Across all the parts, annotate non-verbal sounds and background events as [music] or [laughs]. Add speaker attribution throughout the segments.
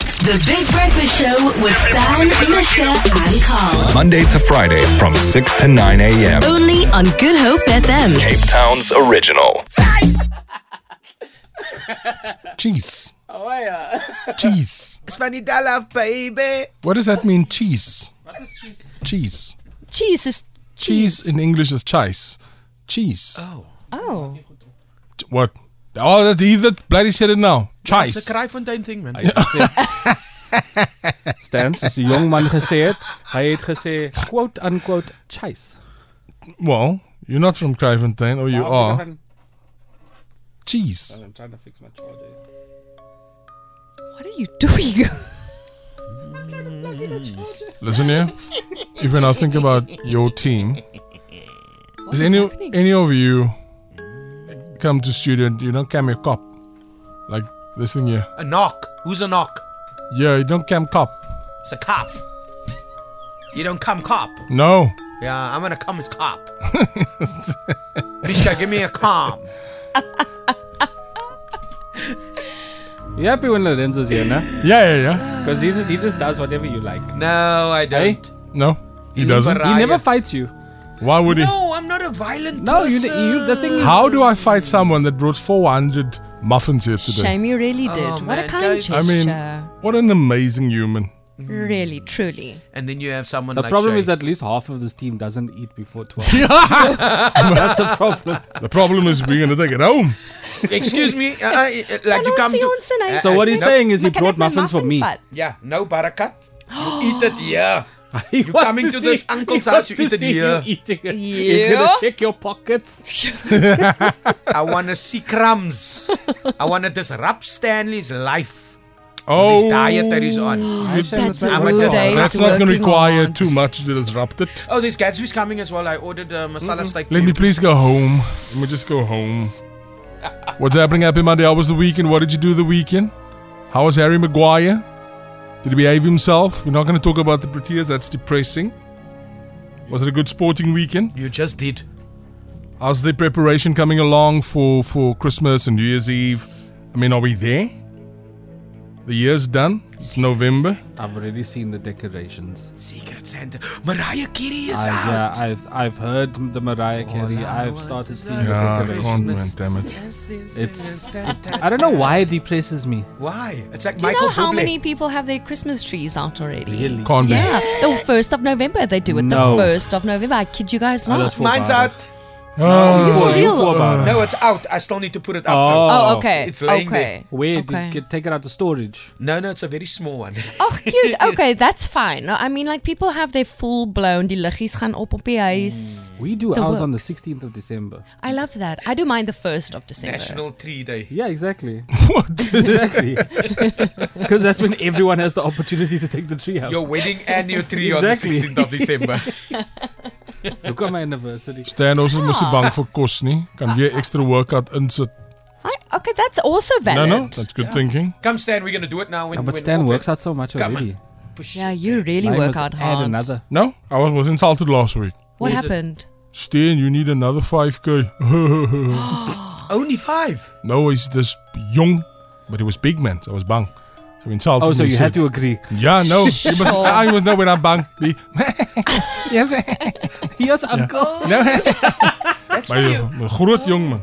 Speaker 1: The Big Breakfast Show with Sam, Mishka, and Carl.
Speaker 2: Monday to Friday from 6 to 9 a.m.
Speaker 1: Only on Good Hope FM.
Speaker 2: Cape Town's original.
Speaker 3: Cheese.
Speaker 4: Oh yeah.
Speaker 3: Cheese.
Speaker 5: Vanilla love, baby.
Speaker 3: What does that mean, cheese? What is cheese? Cheese.
Speaker 6: Cheese is
Speaker 3: Cheese in English is chice. Cheese.
Speaker 6: oh.
Speaker 3: Ch- What? Oh, that he that bloody said it now.
Speaker 5: It's
Speaker 3: Chice.
Speaker 5: a Kraaifontein thing, man.
Speaker 4: Hy het gesê Stan, soos die jong man gesê het, hy het gesê quote unquote chase.
Speaker 3: Well, you're not from Cryfontein, or you are. Cheese.
Speaker 4: I'm trying to fix my charger.
Speaker 6: What are you doing? [laughs]
Speaker 3: Listen here. If when I think about your team,
Speaker 6: What
Speaker 3: is
Speaker 6: is
Speaker 3: any
Speaker 6: happening?
Speaker 3: any of you come to student? You don't cam your cop, like this thing here.
Speaker 5: A knock. Who's a knock?
Speaker 3: Yeah, you don't cam cop.
Speaker 5: It's a cop. You don't come cop.
Speaker 3: No.
Speaker 5: Yeah, I'm gonna come as cop. [laughs] Mishka, give me a calm.
Speaker 4: You happy when Lorenzo's here, nah?
Speaker 3: Yeah, yeah, yeah.
Speaker 4: Because he just he just does whatever you like.
Speaker 5: No, I
Speaker 4: Hey,
Speaker 5: don't.
Speaker 3: No, he
Speaker 5: He's
Speaker 3: doesn't.
Speaker 5: embarrassed.
Speaker 4: he
Speaker 5: Ah,
Speaker 4: never
Speaker 5: yeah.
Speaker 4: fights you.
Speaker 3: Why would he?
Speaker 5: No, I'm not a violent
Speaker 4: No, you,
Speaker 5: person.
Speaker 4: you the thing is,
Speaker 3: How do I fight someone that brought 400 muffins here today?
Speaker 6: Shame you really did.
Speaker 5: Oh,
Speaker 6: what
Speaker 5: man,
Speaker 6: a kind
Speaker 5: guys.
Speaker 6: gesture.
Speaker 3: I mean, what an amazing human.
Speaker 6: really, truly.
Speaker 5: And then you have someone
Speaker 4: the
Speaker 5: like
Speaker 4: problem
Speaker 5: Shay.
Speaker 4: is at least half of this team doesn't eat
Speaker 3: [laughs]
Speaker 4: before twelve. That's the problem.
Speaker 3: The problem is we're going to take it
Speaker 5: [laughs]
Speaker 3: home.
Speaker 5: [laughs] Excuse me,
Speaker 4: [laughs]
Speaker 5: uh, uh, like you come to. Uh,
Speaker 4: So what he's saying is he brought muffins for me.
Speaker 5: Yeah, no barakat. You eat it here.
Speaker 4: [laughs] He
Speaker 5: You
Speaker 4: wants
Speaker 5: coming to
Speaker 4: see-
Speaker 5: this uncle's
Speaker 4: [laughs] he
Speaker 5: house,
Speaker 4: wants
Speaker 5: you
Speaker 4: to
Speaker 5: eat it
Speaker 4: see
Speaker 5: here.
Speaker 4: you eating it. He's gonna
Speaker 6: Yeah.
Speaker 4: check your pockets.
Speaker 5: I want to see
Speaker 4: [laughs]
Speaker 5: crumbs. I want to disrupt Stanley's life.
Speaker 3: Oh,
Speaker 5: This diet that he's
Speaker 4: [gasps]
Speaker 5: on. [gasps]
Speaker 6: That's
Speaker 5: How
Speaker 6: a
Speaker 5: much
Speaker 6: rude
Speaker 5: does-
Speaker 6: day
Speaker 3: that's
Speaker 6: to
Speaker 3: not going to
Speaker 6: working
Speaker 3: require
Speaker 6: hard.
Speaker 3: too much to disrupt it.
Speaker 5: Oh, this Gatsby's coming as well. I ordered a masala steak.
Speaker 3: Let
Speaker 5: for
Speaker 3: me
Speaker 5: you.
Speaker 3: please go home. Let me just go
Speaker 5: [laughs]
Speaker 3: home. What's happening? Happy Monday. How was the weekend? What did you do the weekend? How was Harry Maguire? Did he behave himself? We're not going to talk about the Proteas. That's depressing. Was it a good sporting weekend?
Speaker 5: You just did.
Speaker 3: How's the preparation coming along for, for Christmas and New Year's Eve? I mean, are we there? The year's done. It's November.
Speaker 4: I've already seen the decorations.
Speaker 5: Secret Santa. Mariah Carey is
Speaker 4: I, yeah,
Speaker 5: out.
Speaker 4: I've I've heard the Mariah Carey. I've started seeing
Speaker 3: Ah,
Speaker 4: the
Speaker 3: I
Speaker 4: decorations.
Speaker 3: can't, man, damn it.
Speaker 4: It's I don't know why it depresses me.
Speaker 5: Why? It's like
Speaker 6: Do you
Speaker 5: Michael
Speaker 6: know how
Speaker 5: Bublé.
Speaker 6: many people have their Christmas trees out already?
Speaker 4: Really.
Speaker 3: Can't be.
Speaker 6: Yeah, the first of November they do it.
Speaker 4: No.
Speaker 6: The first of November. I kid you guys
Speaker 4: Oh,
Speaker 6: not.
Speaker 4: that's for
Speaker 5: Mine's
Speaker 4: Barbara.
Speaker 5: out.
Speaker 3: Ah,
Speaker 6: for real?
Speaker 5: No, it's out. I still need to put it up. though.
Speaker 4: Oh,
Speaker 6: oh, okay.
Speaker 5: It's laying
Speaker 6: okay.
Speaker 4: Where
Speaker 6: okay.
Speaker 4: did get take it out of storage?
Speaker 5: No, no, it's a very small one.
Speaker 6: Oh,
Speaker 5: [laughs]
Speaker 6: cute. Okay, that's fine. No, I mean, like people have their full blown. Die liggies gaan op op die huis.
Speaker 4: We do
Speaker 6: The
Speaker 4: ours on the
Speaker 6: works.
Speaker 4: 16th of December.
Speaker 6: I love that. I do mind the first of December.
Speaker 5: Hmm. National Tree Day.
Speaker 4: Yeah, exactly.
Speaker 3: what?
Speaker 4: [laughs] Exactly. Because that's when everyone has the opportunity to take the tree out.
Speaker 5: Your wedding and your tree
Speaker 4: Exactly.
Speaker 5: on the 16th of December.
Speaker 4: Look at my anniversary.
Speaker 3: Stan, ons is mos
Speaker 4: Ah.
Speaker 3: nie bang vir kos nie. Kan weer extra workout insit.
Speaker 6: I, okay, that's also
Speaker 3: No,
Speaker 6: valid.
Speaker 3: no, that's good thinking.
Speaker 5: Come, Stan, we're going to do it now. When,
Speaker 4: No, but
Speaker 5: when
Speaker 4: Stan
Speaker 5: off
Speaker 4: works
Speaker 5: it.
Speaker 4: out so much
Speaker 5: Come on.
Speaker 4: already.
Speaker 5: Push.
Speaker 6: Yeah, you really
Speaker 4: I
Speaker 6: work
Speaker 4: must
Speaker 6: out
Speaker 4: add
Speaker 6: hard.
Speaker 4: another.
Speaker 3: No, I was, was insulted last week.
Speaker 6: What
Speaker 5: Yes.
Speaker 6: happened?
Speaker 3: Stan, you need another 5k.
Speaker 5: Only five.
Speaker 3: [laughs] no, he's this young, but he was big man, so I was bang. So he insulted
Speaker 4: Oh, so
Speaker 3: me,
Speaker 4: you
Speaker 3: said-
Speaker 4: had to agree.
Speaker 3: Yeah, no. You
Speaker 4: [laughs]
Speaker 3: must, I must know when I'm bang. The-
Speaker 4: Yes, uncle.
Speaker 3: no.
Speaker 5: That's
Speaker 3: Maar
Speaker 5: why
Speaker 3: jy
Speaker 5: you.
Speaker 3: maar groot jong man.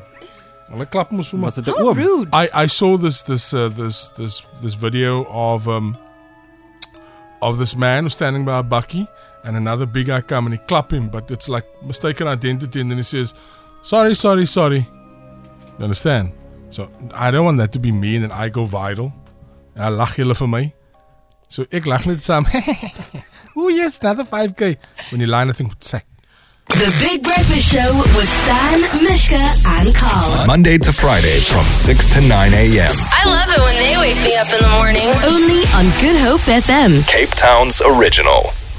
Speaker 3: Hulle klap mos so maar.
Speaker 4: Was it the
Speaker 6: How
Speaker 4: oom?
Speaker 6: rude.
Speaker 3: I I saw this this uh, this this this video of um of this man who's standing by a bucky and another big guy come and he clap him but it's like mistaken identity and then he says sorry sorry sorry. You understand? So I don't want that to be me and then I go viral. En hy lag julle vir my. So ek lag net saam. [laughs] Ooh yes, another 5k. When you line I think with sack.
Speaker 1: The Big Breakfast Show with Stan, Mishka, and Carl.
Speaker 2: Monday to Friday from 6 to 9 a.m.
Speaker 7: I love it when they wake me up in the morning.
Speaker 1: Only on Good Hope FM.
Speaker 2: Cape Town's original.